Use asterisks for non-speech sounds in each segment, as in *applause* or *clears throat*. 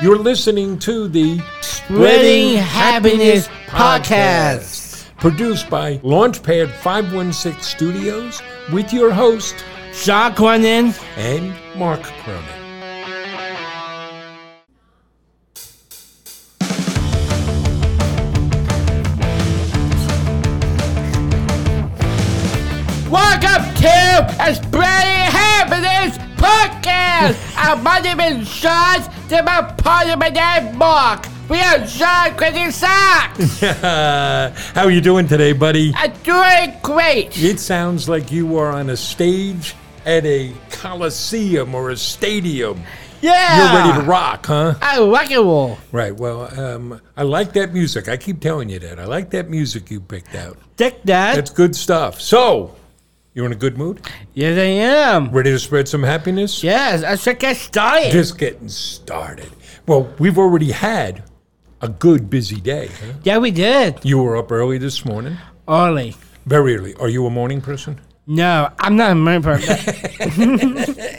You're listening to the Spreading Happiness Podcast. produced by Launchpad 516 Studios with your host Jacques Cronin. and Mark Cronin. *laughs* Welcome to a Spreading Happiness *laughs* Podcast. Uh, my name is Sean, then my partner, my dad, Mark. We are Sean *laughs* Cronin Socks. How you doing today, buddy? I'm doing great. It sounds like you are on a stage at a coliseum or a stadium. You're Yeah. ready to rock, huh? I rock and roll. Right. Well, um, I like that music. I keep telling you that. I like that music you picked out. Take that. That's good stuff. So, you're in a good mood? yes, I am. Ready to spread some happiness? Yes, I should get started. Just getting started. Well, we've already had a good busy day. huh? yeah, we did. You were up early this morning, Ollie. very early. Are you a morning person? No, I'm not a member. *laughs*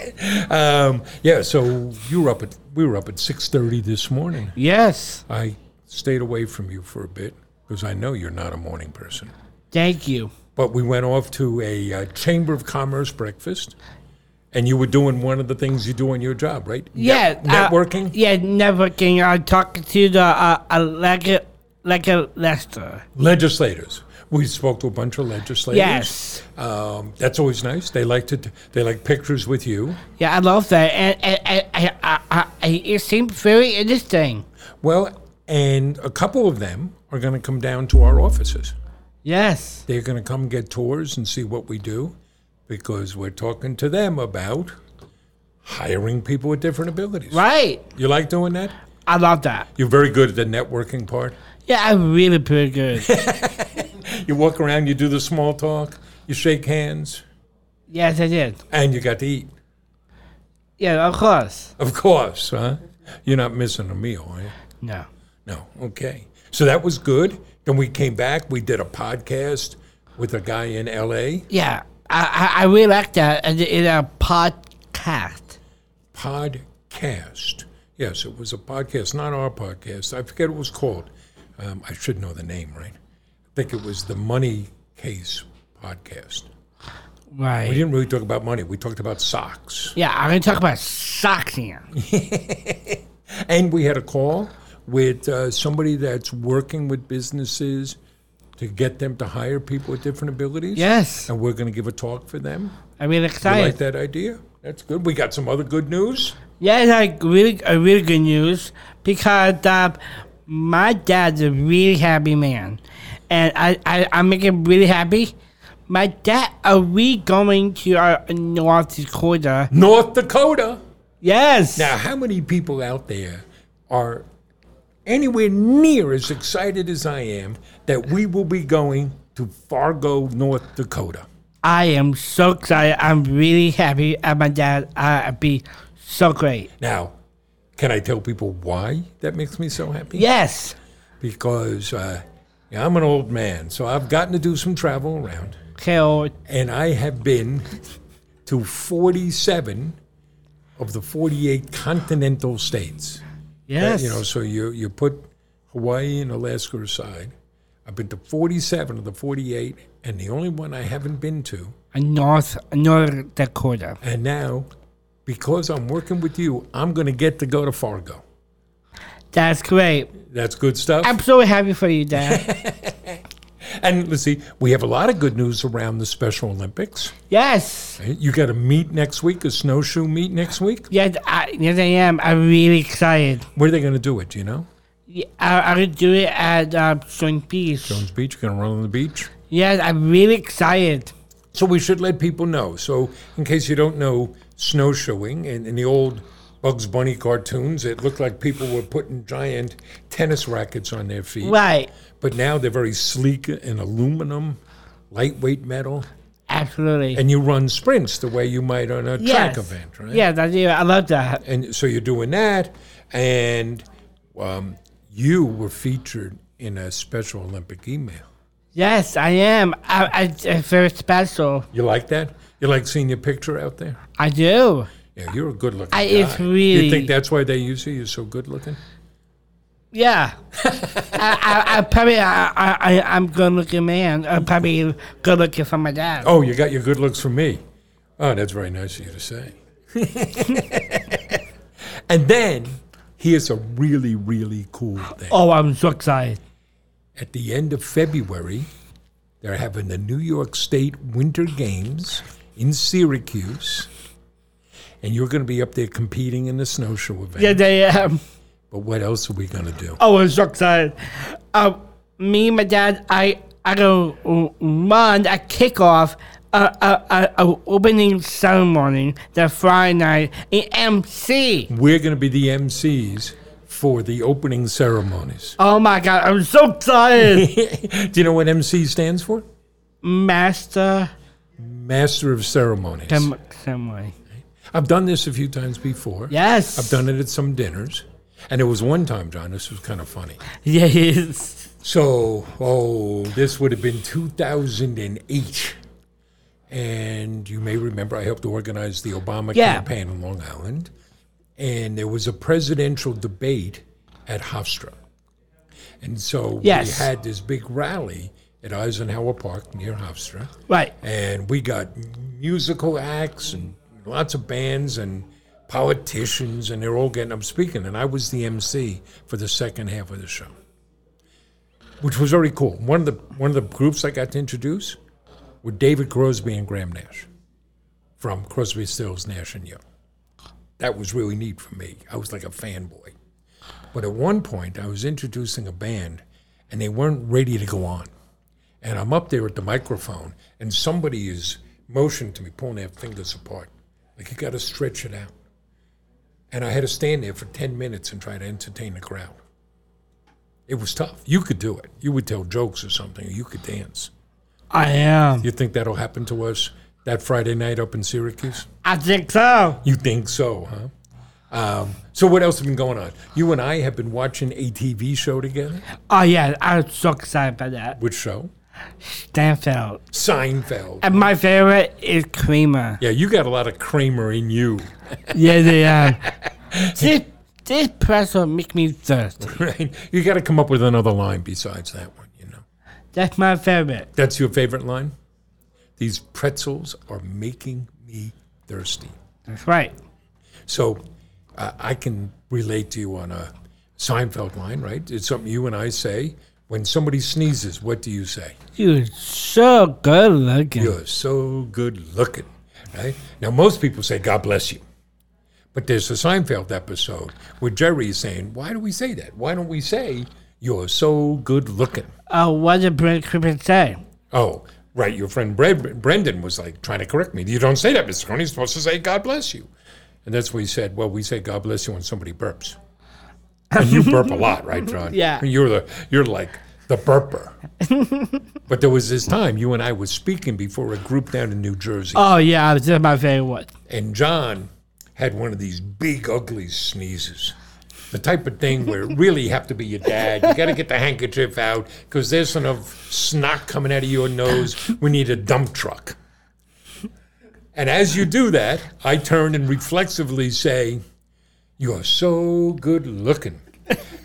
Um, yeah. So you were up at we were up at six thirty this morning. yes. I stayed away from you for a bit because I know you're not a morning person. Thank you. But we went off to a uh, chamber of commerce breakfast, and you were doing one of the things you do on your job, right? Net- Yeah, uh, networking. yeah, networking. I'm talking to the uh, uh, like like Lester. legislators. We spoke to a bunch of legislators. Yes. um, that's always nice. They like to they like pictures with you. Yeah, I love that, and, and, and, and I, I, I, it seemed very interesting. Well, and a couple of them are going to come down to our offices. Yes, They're going to come get tours and see what we do, because we're talking to them about hiring people with different abilities. right. You like doing that? I love that. You're very good at the networking part. Yeah, I'm really pretty *laughs* good. You walk around, you do the small talk, you shake hands, yes, I did. and you got to eat. Yeah, of course. Of course, huh? You're not missing a meal, are you? No. No. Okay. So that was good. Then we came back. We did a podcast with a guy in L.A. Yeah, I, I, I really like that, and in a podcast. Podcast. Yes, it was a podcast, not our podcast. I forget what it was called. Um, I should know the name, right? I think it was the Money Case Podcast. We Right. didn't really talk about money. We talked about socks. *laughs* Yeah, I'm gonna talk about socks here. And we had a call with uh, somebody that's working with businesses to get them to hire people with different abilities. Yes, And we're going to give a talk for them. I'm really I excited. like that idea. That's good. We got some other good news. Yeah, it's like really a really good news because uh, my dad's a really happy man, and I I I make him really happy. My dad, are we going to our North Dakota? North Dakota. Yes. Now, how many people out there are anywhere near as excited as I am that we will be going to Fargo, North Dakota? I am so excited. I'm really happy at my dad. I would be so great. Now, can I tell people why that makes me so happy? Yes. Because uh, yeah, I'm an old man, so I've gotten to do some travel around. Carol. and I have been to 47 of the 48 continental states. Yes. You know, so you you put Hawaii and Alaska aside. I've been to 47 of the 48, and the only one I haven't been to. North North Dakota. And now, because I'm working with you, I'm going to get to go to Fargo. That's great. That's good stuff. I'm so happy for *laughs* you, Dad. and let's see, we have a lot of good news around the Special Olympics. yes. You got a meet next week, a snowshoe meet next week. Yes, I, yes, I am. I'm really excited. Where are they going to do it? Do you know? Yeah, I, I would do it at uh, Stone Beach. Jones Beach. Going to run on the beach. Yes, I'm really excited. So we should let people know. So in case you don't know, snowshoeing in, in the old Bugs Bunny cartoons, it looked like people were putting giant tennis rackets on their feet. Right. But now they're very sleek and aluminum, lightweight metal, Absolutely. and you run sprints the way you might on a track Yes. event, right? Yeah, that's it. I love that. And so you're doing that, and um, you were featured in a Special Olympic email. Yes, I am. I, I, it's very special. You like that? You like seeing your picture out there? I do. Yeah, you're a good looking I- guy. it's You really- think that's why they use you? You're so good looking? *laughs* Yeah, I, I, I probably I, I I- I'm good looking man. I'm probably good looking for my dad. Oh, you got your good looks from me. Oh, that's very nice of you to *laughs* say. and then here's a really, really cool thing. Oh, I'm so excited. At the end of February, they're having the New York State Winter Games in Syracuse. And you're going to be up there competing in the snowshoe event. Yeah, they um, But what else are we going to do? Oh, I'm so excited. Uh, me and my dad, I I go run a kickoff, a a, a, a opening ceremony the Friday night in MC. We're going to be the MCs for the opening ceremonies. Oh my god, I'm so *laughs* excited. do you know what MC stands for? Master Master of Ceremonies. Dem- ceremony. I've done this a few times before. Yes. I've done it at some dinners. And it was one time, John, this was kind of funny. Yes. So, oh, this would have been 2008. And you may remember I helped organize the Obama Yeah. campaign in Long Island. And there was a presidential debate at Hofstra. And so Yes. we had this big rally at Eisenhower Park near Hofstra Right. and we got musical acts and lots of bands and politicians and they're all getting up speaking and i was the mc for the second half of the show which was very cool one of the one of the groups i got to introduce were david crosby and graham nash from crosby stills nash and young that was really neat for me i was like a fanboy but at one point i was introducing a band and they weren't ready to go on and I'm up there at the microphone, and somebody is motioning to me, pulling their fingers apart. Like, you got to stretch it out. And I had to stand there for 10 minutes and try to entertain the crowd. It was tough. You could do it. You would tell jokes or something, or you could dance. I am. You think that'll happen to us that Friday night up in Syracuse? I think so. You think so, huh? Um, so, what else has been going on? You and I have been watching a TV show together. Oh yeah, I'm so excited about that. Which show? Stanfield. Seinfeld. And my favorite is Creamer. Yeah, you got a lot of Kramer in you. Yeah, they are. *laughs* this, this pretzel make me thirsty. *laughs* Right. You got to come up with another line besides that one, you know. That's my favorite. That's your favorite line? These pretzels are making me thirsty. That's right. So uh, I can relate to you on a Seinfeld line, right? It's something you and I say. When somebody sneezes, what do you say? You're so good looking. You're so good looking, right? Now, most people say, God bless you. But there's a Seinfeld episode where Jerry is saying, Why do we say that? Why don't we say, You're so good looking? Oh, what did Brent Creamer say? Oh, right. Your friend Bre- Brendan was like trying to correct me. You don't say that, Mr. Coney. You're supposed to say, God bless you. And that's what he said. Well, we say God bless you when somebody burps. And you burp a lot, right, John? Yeah. You're the you're like the burper. but there was this time you and I was speaking before a group down in New Jersey, Oh, yeah, this is my favorite one. and John had one of these big ugly sneezes. The type of thing where really you have to be your dad. You got to get the handkerchief out because there's enough snot coming out of your nose. We need a dump truck. And as you do that, I turn and reflexively say, You are so good looking.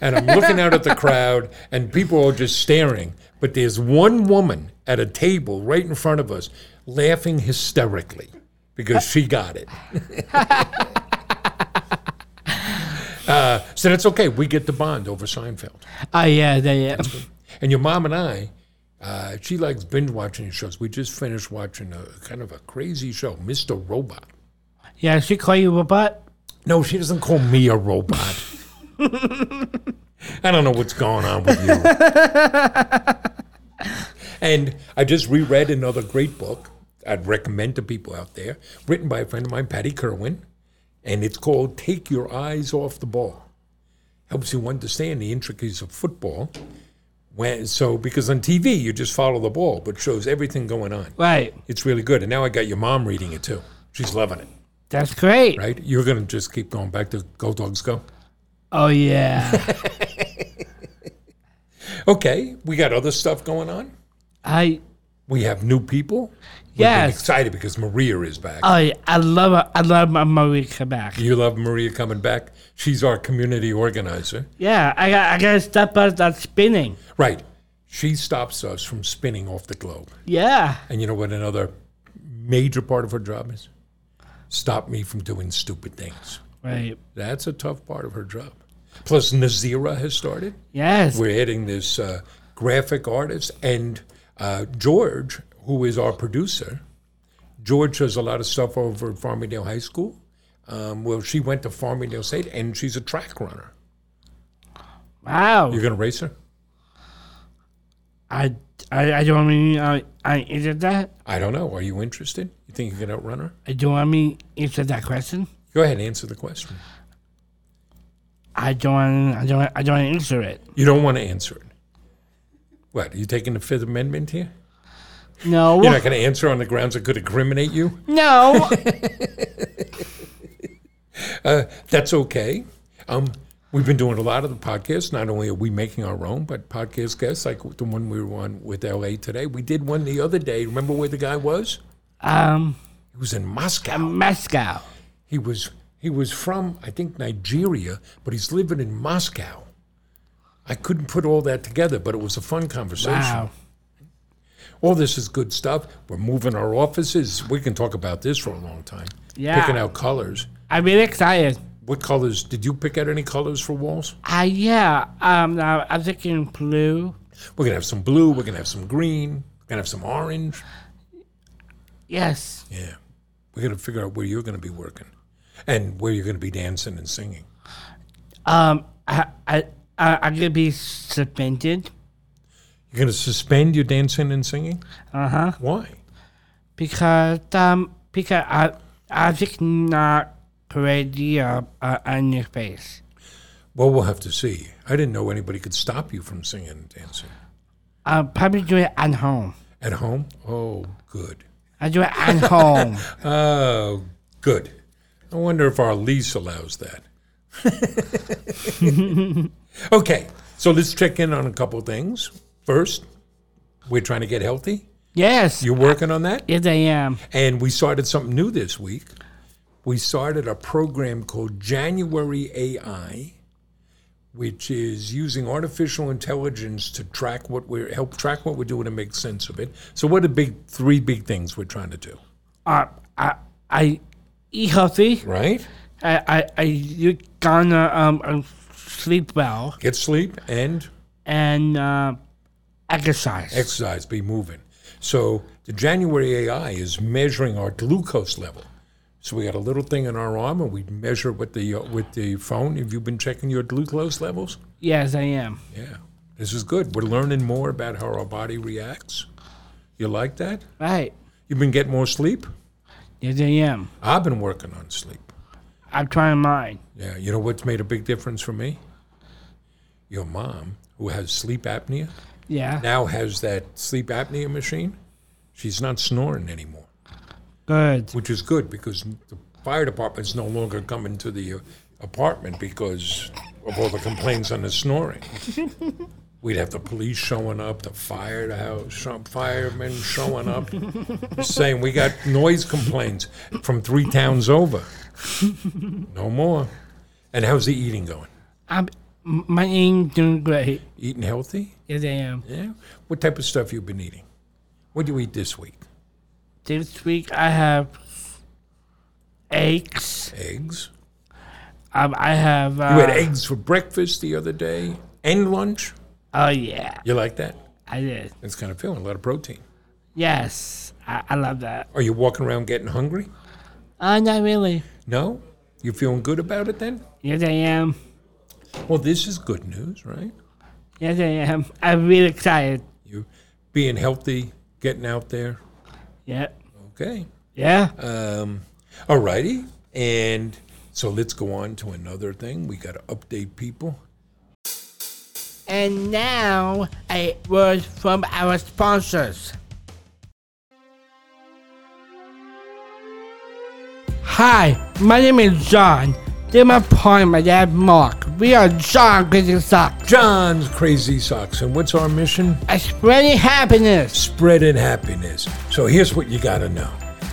And I'm looking out at the crowd, and people are just staring. But there's one woman at a table right in front of us laughing hysterically because she got it. *laughs* Uh, so that's okay. We get to bond over Seinfeld. Oh, yeah, *laughs* they are. And your mom and I, uh, she likes binge watching shows. We just finished watching a kind of a crazy show, Mr. Robot. Yeah, she call you robot? No, she doesn't call me a robot. I don't know what's going on with you. and I just reread another great book I'd recommend to people out there, written by a friend of mine, Patty Kerwin, and it's called Take Your Eyes Off the Ball. Helps you understand the intricacies of football. When, so, because on TV, you just follow the ball, but shows everything going on. Right. It's really good. And now I got your mom reading it too. She's loving it That's great. right? You're going to just keep going back to Go Dogs Go. *laughs* Oh, yeah. Okay, we got other stuff going on. I, We have new people. Yes. excited because Maria is back. Oh, yeah, I love her. I love my Maria Quebec. you love Maria coming back. She's our community organizer. Yeah, I got I gotta stop out that spinning. Right. She stops us from spinning off the globe. Yeah, And you know what another major part of her job is? Stop me from doing stupid things. right. That's a tough part of her job. Plus, Nazira has started. Yes, We're adding this uh, graphic artist and uh, George, who is our producer. George does a lot of stuff over at Farmingdale High School. Um, well, she went to Farmingdale State, and she's a track runner. wow. You're going to race her? I, I I don't mean I I answered that. I don't know. Are you interested? You think you can outrun her? I don't want me answer that question. Go ahead and answer the question. I don't wanna- I don't I don't wanna answer it. You don't want to answer it. What? Are you taking the Fifth Amendment here? No, You're not going to answer on the grounds it could incriminate you? no. That's okay. Um, we've been doing a lot of the podcasts. Not only are we making our own, but podcast guests like the one we were on with LA today. We did one the other day. Remember where the guy was? *laughs* um, He was in Moscow. Moscow. He was he was from I think Nigeria, but he's living in Moscow. I couldn't put all that together, but it was a fun conversation. Wow. All this is good stuff. We're moving our offices. We can talk about this for a long time. Yeah. Picking out colors. I'm really excited. What colors? Did you pick out any colors for walls? Uh, yeah. Um, I, I'm thinking blue. We're gonna have some blue. We're gonna have some green. We're gonna have some orange. Yes. Yeah, we're gonna figure out where you're gonna be working, and where you're gonna be dancing and singing. Um, I I, I I'm gonna be suspended. You're gonna suspend your dancing and singing. Uh huh. Why? because um because I I think not crazy uh, uh, on your face. Well, we'll have to see. I didn't know anybody could stop you from singing and dancing I'm Uh, probably do it at home. at home. Oh, good. I do it at home. *laughs* Oh, good. I wonder if our lease allows that. *laughs* okay, so let's check in on a couple things. First, we're trying to get healthy. Yes. You're working on that? Yes, I am. And we started something new this week. We started a program called January AI, which is using artificial intelligence to track what we're help track what we're doing and make sense of it. So what are the big three big things we're trying to do? Uh, I I eat healthy. Right? I I, I you gonna um um, sleep well Get sleep and and uh, exercise. exercise, be moving. So the January AI is measuring our glucose level. So we got a little thing in our arm, and we measure with the uh, with the phone. Have you been checking your glucose levels? yes, I am. Yeah, this is good. We're learning more about how our body reacts. You like that? Right. You've been getting more sleep. Yes, I am. I've been working on sleep. I'm trying mine. Yeah, you know what's made a big difference for me? Your mom, who has sleep apnea, Yeah. now has that sleep apnea machine. She's not snoring anymore. Good. which is good because the fire department's no longer coming to the uh, apartment because of all the complaints on the snoring. We'd have the police showing up, the fire house, show- firemen showing up, saying we got noise complaints from three towns over. No more. And how's the eating going? I'm my eating doing great. Eating healthy? Yes, I am. Yeah. What type of stuff you been eating? What do you eat this week? This week I have eggs. Eggs. Um, I have. Uh, You had eggs for breakfast the other day and lunch. Oh yeah, You like that? I did. It's kind of feeling a lot of protein. Yes, I, I love that. Are you walking around getting hungry? Uh, not really. No? You feeling good about it then? Yes, I am. Well, this is good news, right? Yes, I am. I'm really excited. You being healthy, getting out there. Yeah. Okay. Yeah. Um, all righty. And so let's go on to another thing. We got to update people. and now a word from our sponsors. Hi, my name is John. They're my partner, my dad, Mark. We are John Crazy Socks. John's Crazy Socks. And what's our mission? I spreading happiness. Spreading happiness. So here's what you got to know.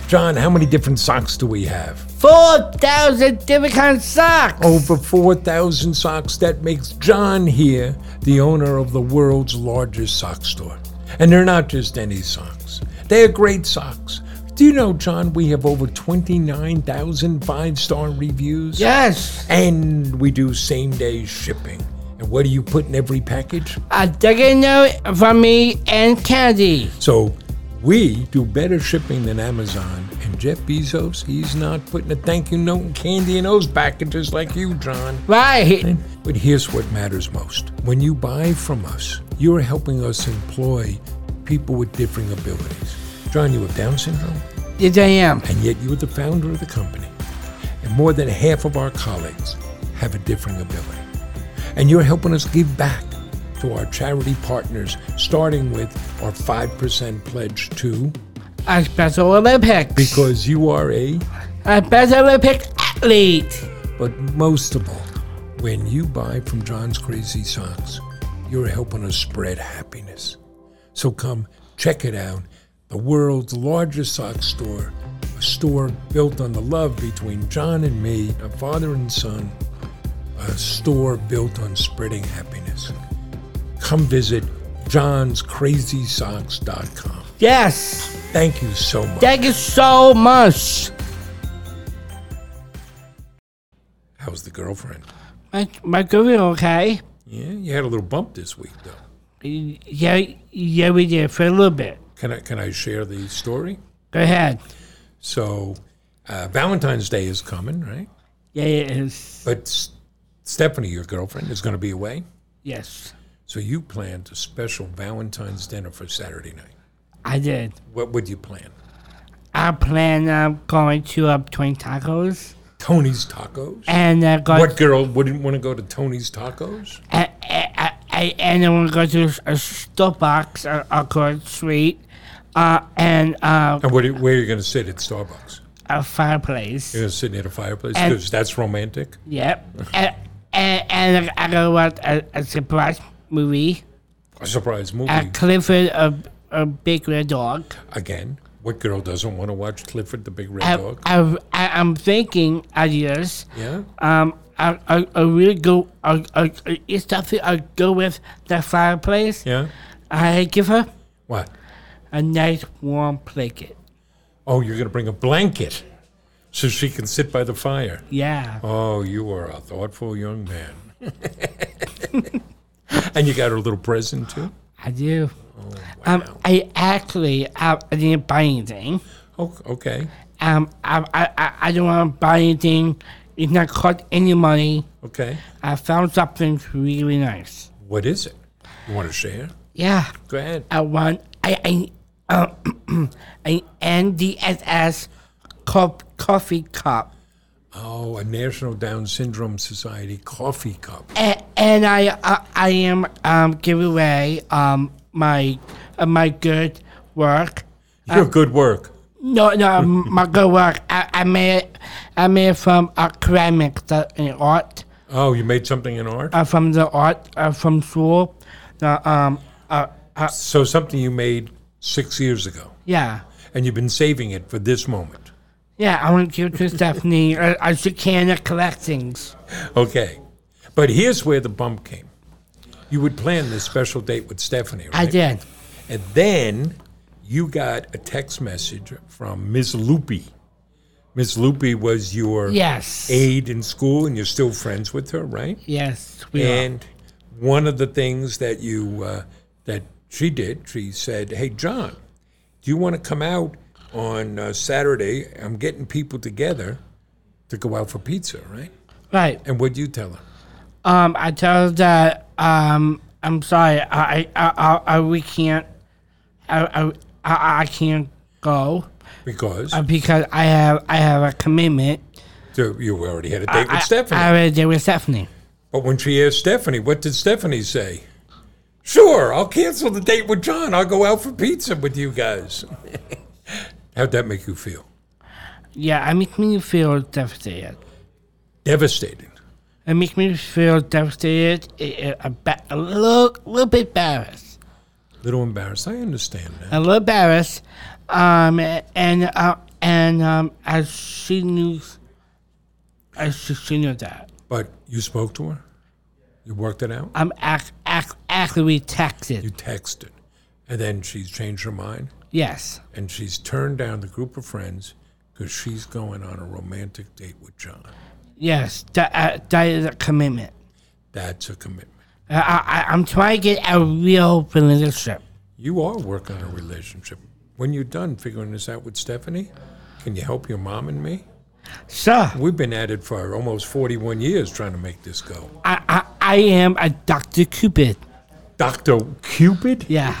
John, how many different socks do we have? 4,000 different kinds of socks. Over 4,000 socks. That makes John here the owner of the world's largest sock store. And they're not just any socks, they're great socks. Do you know, John, we have over 29,000 five star reviews? Yes. And we do same day shipping. And what do you put in every package? A decade note from me and Candy. So we do better shipping than Amazon. And Jeff Bezos, he's not putting a thank you note and candy in those packages like you, John. Right. But here's what matters most when you buy from us, you're helping us employ people with differing abilities. John, you have Down syndrome, Yes, I am. and yet you're the founder of the company. And more than half of our colleagues have a differing ability. And you're helping us give back to our charity partners, starting with our 5% pledge to, A Special Olympics. because you are a A Special Olympic athlete. But most of all, when you buy from John's Crazy Socks, you're helping us spread happiness. So come check it out the world's largest sock store, a store built on the love between John and me, a father and son, a store built on spreading happiness. Come visit johnscrazysocks.com. Yes. Thank you so much. Thank you so much. How's the girlfriend? My, my girlfriend, okay? Yeah, you had a little bump this week though. Yeah, yeah, we did for a little bit. Can I can I share the story? Go ahead. So uh, Valentine's Day is coming, right? Yeah, it is. But S- Stephanie, your girlfriend, is going to be away. Yes, So you planned a special Valentine's dinner for Saturday night. I did. What would you plan? I plan on going to uh, Twin Tacos Tony's Tacos. and uh, go What girl wouldn't want to go to Tony's Tacos? I, I, I, and then we'll go to a Starbucks uh, across the street uh, and uh, And what, are- where are you going to sit at Starbucks? a fireplace. You're going to sit near the fireplace And- because that's romantic. Yep. and, and, and I go watch a, a surprise movie A surprise movie at Clifford, a, a big red dog. again. What girl doesn't want to watch Clifford the Big Red I, Dog? I, I, I'm thinking ideas. yeah. Um, I, I, I really go. I, I, I, it's something I go with the fireplace. Yeah. I give her What? a nice warm blanket. Oh, you're going to bring a blanket so she can sit by the fire. Yeah. Oh, you are a thoughtful young man. *laughs* and you got her a little present too? I do. Oh, Um, I actually I, I didn't buy anything. Oh, okay. Um, I I, I, I don't want to buy anything. It's not cost any money. Okay. I found something really nice. What is it? You want to share? Yeah, Go ahead. I want I I uh, *clears throat* an NDSS cup, coffee cup, Oh, a National Down Syndrome Society coffee cup. and, and I uh, I am um giving away um my uh, my good work. Your good work. No, no, my good work. I, I made it- I made it from academics uh, in art, Oh, you made something in art? uh, from the art uh, from school. Uh, um, uh, uh, so something you made six years ago. yeah, And you've been saving it for this moment. yeah. I want to give to Stephanie. uh, I, I should can of collectings. Okay. But here's where the bump came. You would plan this special date with Stephanie, right? I did. And then you got a text message from Ms. Loopy. Ms. Loopy was your Yes. aide in school, and you're still friends with her, right? Yes, we are. And one of the things that you uh, that she did, she said, "Hey, John, do you want to come out on uh, Saturday? I'm getting people together to go out for pizza, right?" Right. And what'd you tell her? Um, I tell her that. Um, I'm sorry. I, I, I, I we can't. I, I, I, I can't go Because uh, because I have, I have a commitment. so you already had a date I, with Stephanie. I already did with Stephanie. But when she asked Stephanie, what did Stephanie say? Sure, I'll cancel the date with John. I'll go out for pizza with you guys. *laughs* How'd that make you feel? Yeah, I make me feel devastated. Devastated. It makes me feel devastated, a, a, ba- a little, little bit embarrassed, Little embarrassed. I understand that. a little embarrassed, um, and uh, and um, as she knew, as she, she knew that, But you spoke to her? You worked it out? I'm act, act, actually You texted. texted. And then she's changed her mind Yes, and she's turned down the group of friends because she's going on a romantic date with John. yes, that uh, that is a commitment. That's a commitment. I, I, I'm trying to get a real relationship. You are working on a relationship. When you're done figuring this out with Stephanie, can you help your mom and me? So We've been at it for almost 41 years trying to make this go. I, I, I am a Dr. Cupid. Dr. Cupid? *laughs* Yeah.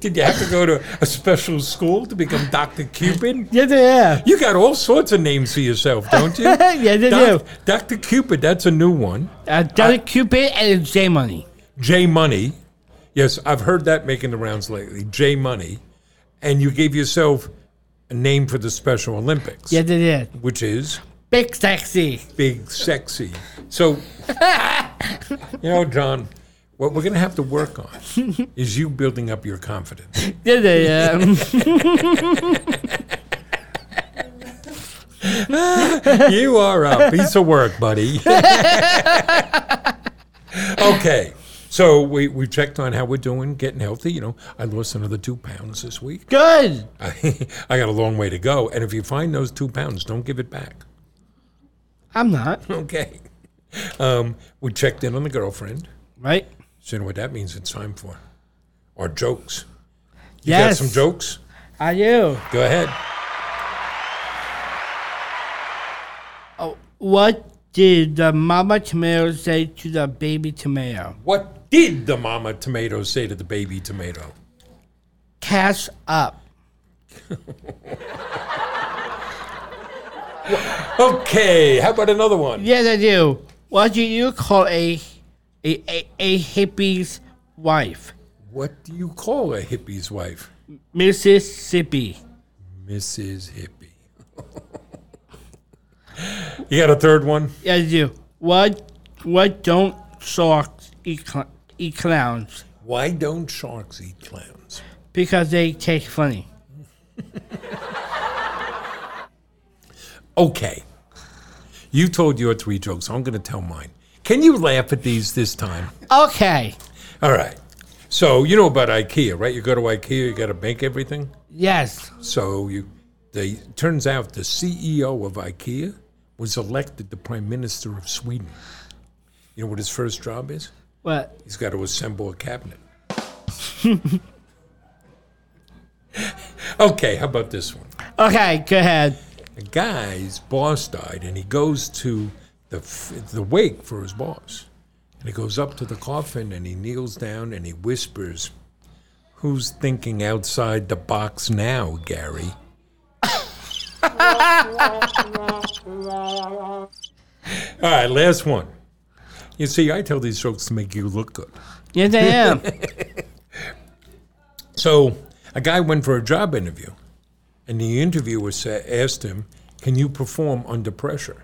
Did you have to go to a special school to become Dr. Cupid? Yes, yeah. You got all sorts of names for yourself, don't you? *laughs* Yes, I Doc- do. Dr. Cupid, that's a new one. Uh, Dr. Cupid and J Money. J Money. Yes, I've heard that making the rounds lately. J Money. And you gave yourself a name for the Special Olympics, Yes, it is. which is Big sexy. Big Sexy. So, you know, John, what we're going to have to work on is you building up your confidence. Yes, it is. You are a piece of work, buddy. okay. So we, we checked on how we're doing, getting healthy. You know, I lost another two pounds this week. *laughs* *laughs* Good. I, I got a long way to go. And if you find those two pounds, don't give it back. *laughs* I'm not. Okay. Um, we checked in on the girlfriend. Right? So you know what that means it's time for. Or jokes. You yes. got some jokes? I do. Go ahead. Oh, What did the mama tomato say to the baby tomato? What did the mama tomato say to the baby tomato? Cash up. Okay, how about another one? Yes, I do. What do you call a a, a, a hippie's wife? What do you call a hippie's wife? Mississippi. Mrs. Hippie. *laughs* you got a third one? Yes, I do. What what don't sharks eat, cl- eat clowns? Why don't sharks eat clowns? Because they taste funny. Okay. You told your three jokes. I'm going to tell mine. Can you laugh at these this time? Okay. All right. So, you know about IKEA, right? You go to IKEA, you got to make everything. Yes. So, you they turns out the CEO of IKEA was elected the prime minister of Sweden. You know what his first job is? What? He's got to assemble a cabinet. *laughs* okay, how about this one? Okay, go ahead. a guy's boss died, and he goes to the f- the wake for his boss, and he goes up to the coffin, and he kneels down, and he whispers, "Who's thinking outside the box now, Gary?" *laughs* All right, last one. You see, I tell these jokes to make you look good. Yes, I am. So a guy went for a job interview, and the interviewer sa- asked him, "Can you perform under pressure?"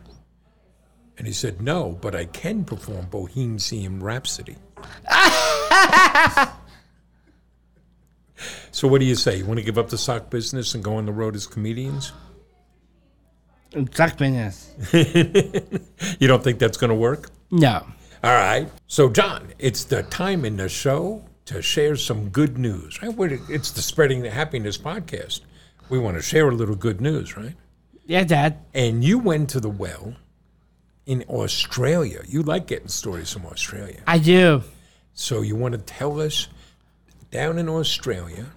And he said, "No, but I can perform Bohemian Rhapsody." so what do you say? You want to give up the sock business and go on the road as comedians? *laughs* Duck business. You don't think that's going to work? No. All right. So, John, it's the time in the show to share some good news, right? We're, it's the Spreading the Happiness podcast. We want to share a little good news, right? Yeah, Dad. And you went to the well in Australia. You like getting stories from Australia. I do. So, you want to tell us down in Australia,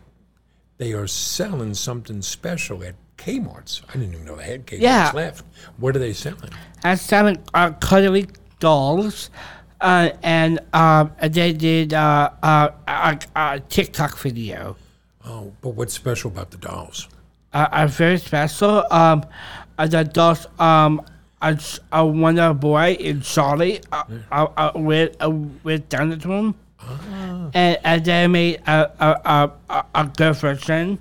they are selling something special at Kmart's. I didn't even know they had Kmart's Yeah. left. What are they selling? I selling uh, cuddly dolls, uh, and um, they did uh, uh, a, a TikTok video. Oh, but what's special about the dolls? Uh, are very special. Um, uh, the dolls. Um, a, a wonder boy in Charlie. Uh, uh, uh, with uh, with down the room. And, and they made a a, a, a, a good version.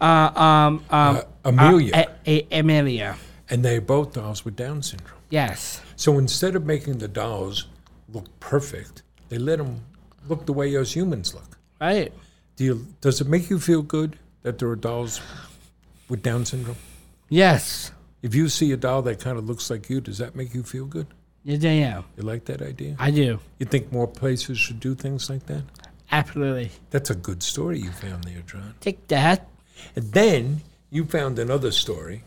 uh, um, um, Amelia. uh, A- A- Amelia. and they both dolls with Down syndrome. Yes. So instead of making the dolls look perfect, they let them look the way us humans look. Right. Do you, does it make you feel good that there are dolls with Down syndrome? Yes. If you see a doll that kind of looks like you, does that make you feel good? Yes, I am. You like that idea? I do. You think more places should do things like that? Absolutely. That's a good story you found there, John. Take that. And then you found another story.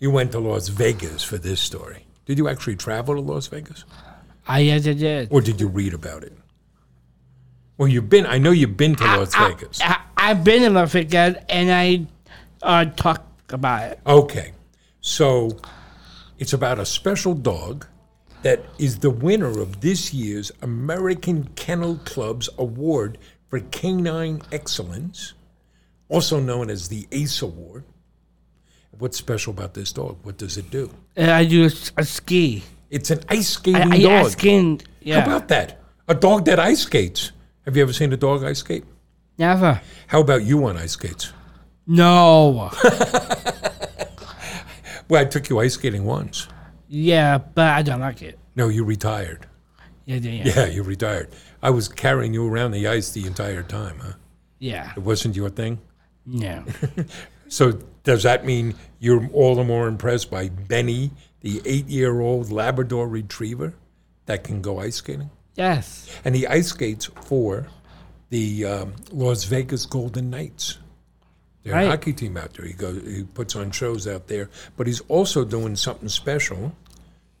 You went to Las Vegas for this story. Did you actually travel to Las Vegas? I yes, I did. Or did you read about it? Well, you've been, I know you've been to Ah, Las Vegas. I, I've been in Las Vegas and I uh, talk about it. Okay. So it's about a special dog that is the winner of this year's American Kennel Club's award for canine excellence, also known as the ACE Award. What's special about this dog? What does it do? And I do a, s- a ski. It's an ice skating I, I dog. skiing. Yeah. How about that? A dog that ice skates. Have you ever seen a dog ice skate? Never. How about you on ice skates? No. *laughs* Well, I took you ice skating once. yeah, but I don't like it. No, you retired. *laughs* Yeah, yeah, yeah. Yeah, you retired. I was carrying you around the ice the entire time, huh? yeah. It wasn't your thing? No. So does that mean you're all the more impressed by Benny, the eight year old Labrador retriever that can go ice skating? yes. And he ice skates for the um, Las Vegas Golden Knights. They're a Right. hockey team out there. He goes, he puts on shows out there, but he's also doing something special.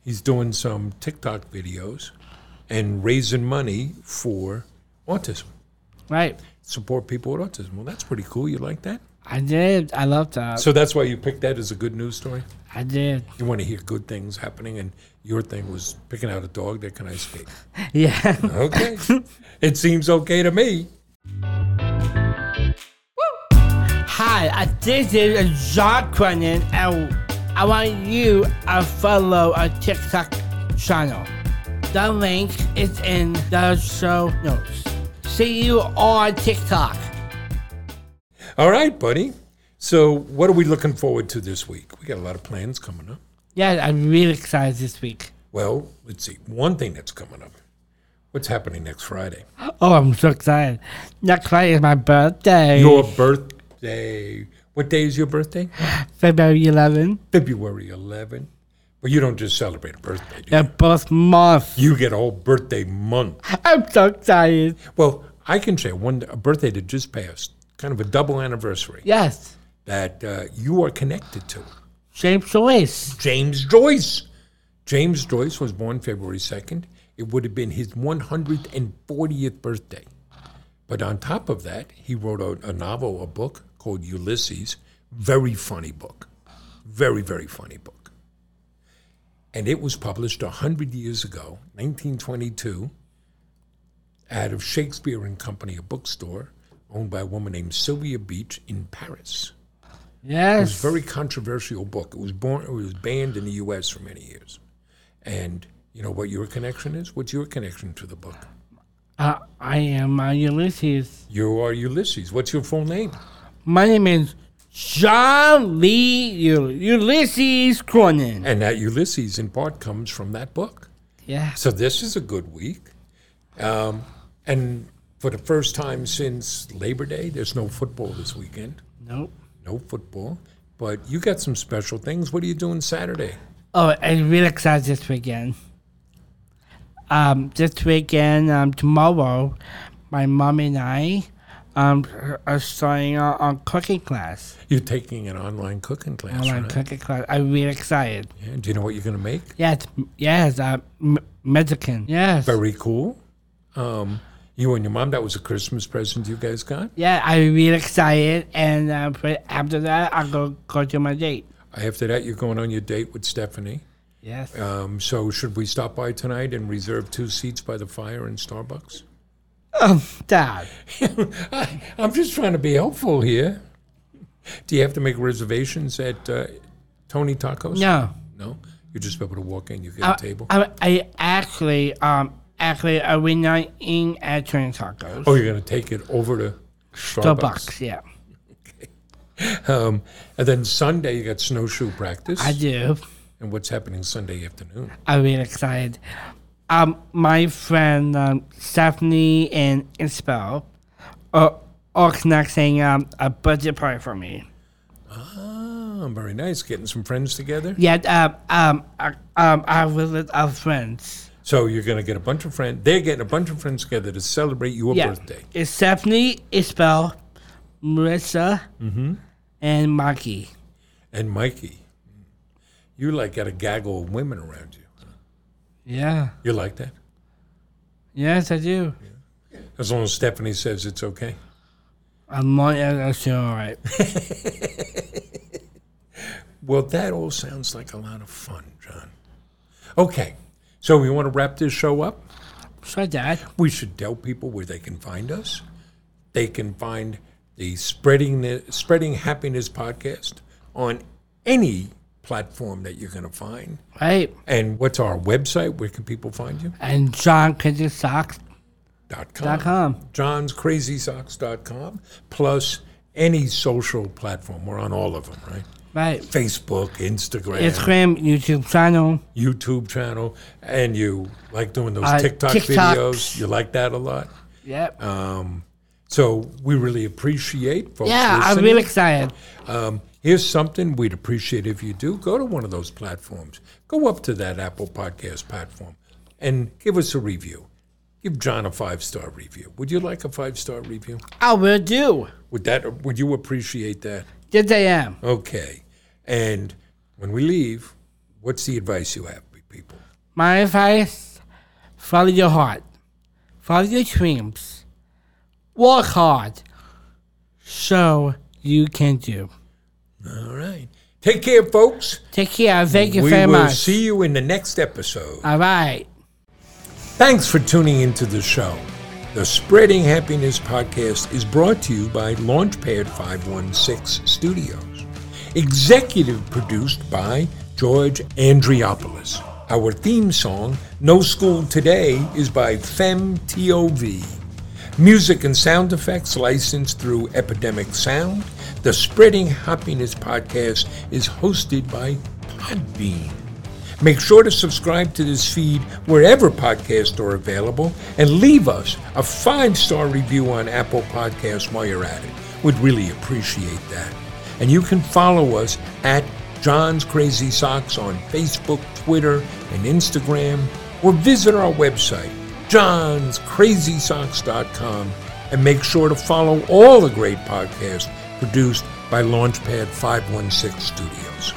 He's doing some TikTok videos and raising money for autism. Right. Support people with autism. Well, that's pretty cool. You like that? I did. I love that. So that's why you picked that as a good news story. I did. You want to hear good things happening, and your thing was picking out a dog that can ice skate. Yeah. *laughs* Okay, it seems okay to me. Hi, uh, this is John Cronin, and I want you to follow our TikTok channel. The link is in the show notes. See you on TikTok. All right, buddy. So, what are we looking forward to this week? We got a lot of plans coming up. Yeah, I'm really excited this week. Well, let's see. One thing that's coming up. What's happening next Friday? Oh, I'm so excited. Next Friday is my birthday. Your birthday. What day is your birthday? February 11th. February 11th. But you don't just celebrate a birthday, do you? The birth month. You get a whole birthday month. I'm so excited. Well, I can say one a birthday that just passed, kind of a double anniversary Yes, that uh, you are connected to. James Joyce. James Joyce. James Joyce was born February 2nd. It would have been his 140th birthday. But on top of that, he wrote a, a novel, a book called Ulysses. Very funny book. Very, very funny book. And it was published 100 years ago, 1922, out of Shakespeare and Company, a bookstore owned by a woman named Sylvia Beach in Paris. It Yes. was a very controversial book. It was born. It was banned in the U.S. for many years. And you know what your connection is? What's your connection to the book? Uh, I am uh, Ulysses. You are Ulysses. What's your full name? My name is John Lee U- Ulysses Cronin. And that Ulysses, in part, comes from that book. Yeah. So this is a good week. Um, and for the first time since Labor Day, there's no football this weekend. Nope. No football. But you got some special things. What are you doing Saturday? Oh, I'm really excited this weekend. Um, this weekend, um, tomorrow, my mom and I, um, are starting on, on cooking class. You're taking an online cooking class, Online right? cooking class. I'm really excited. Yeah. Do you know what you're going to make? Yes, yes. Uh, m- Mexican. Yes. Very cool. Um, you and your mom, that was a Christmas present you guys got. Yeah, I'm really excited, and uh, but after that, I'll go go to my date. After that, you're going on your date with Stephanie. Yes. Um, so, should we stop by tonight and reserve two seats by the fire in Starbucks? *laughs* Oh, Dad. I, I'm just trying to be helpful here. Do you have to make reservations at uh, Tony Tacos? No. Uh, No? You're just able to walk in, you get I- a table. I, I actually, um, actually, I went not in at Trinity Tacos. oh, you're going to take it over to Starbucks. Starbucks, yeah. Um, and then Sunday, you got snowshoe practice. I do. and what's happening Sunday afternoon? I'm really excited. Um, my friend um, Stephanie and Isabel are, are conducting um, a budget party for me. Oh, very nice. Getting some friends together. Yeah, um, um, I, um, I was with our friends. So you're going to get a bunch of friends. They're getting a bunch of friends together to celebrate your Yeah, birthday. it's Stephanie, Isabel, Marissa, and Mikey. And Mikey, you like got a gaggle of women around you. Yeah, You like that? yes, I do. As long as Stephanie says it's okay. I'm not actually all right. Well, that all sounds like a lot of fun, John. Okay, so we want to wrap this show up. So, Dad, We should tell people where they can find us. They can find the Spreading the Spreading Happiness podcast on any platform that you're going to find. right? And what's our website? Where can people find you? And John Kitchen Socks. Dot com. Dot com. johnscrazysocks.com plus any social platform. We're on all of them, right? Right. Facebook, Instagram, Instagram, YouTube channel. YouTube channel, and you like doing those Uh, TikTok TikToks. videos. You like that a lot. Yep. Um, So we really appreciate folks yeah, I'm listening. really excited. Um, here's something we'd appreciate if you do go to one of those platforms. Go up to that Apple Podcast platform and give us a review. Give John a five star review. Would you like a five star review? I will do. Would that? Would you appreciate that? Yes, I am. Okay. And when we leave, what's the advice you have for people? My advice follow your heart, follow your dreams, work hard so you can do. All right. Take care, folks. Take care. Thank you we very will much. see you in the next episode. All right. Thanks for tuning into the show. The Spreading Happiness podcast is brought to you by Launchpad 516 Studios, executive produced by George Andriopoulos. Our theme song, No School Today, is by FemTOV. Music and sound effects licensed through Epidemic Sound. The Spreading Happiness podcast is hosted by Podbean. Make sure to subscribe to this feed wherever podcasts are available and leave us a five star review on Apple Podcasts while you're at it. We'd really appreciate that. And you can follow us at John's Crazy Socks on Facebook, Twitter, and Instagram, or visit our website, johnscrazysocks.com, and make sure to follow all the great podcasts produced by Launchpad 516 Studios.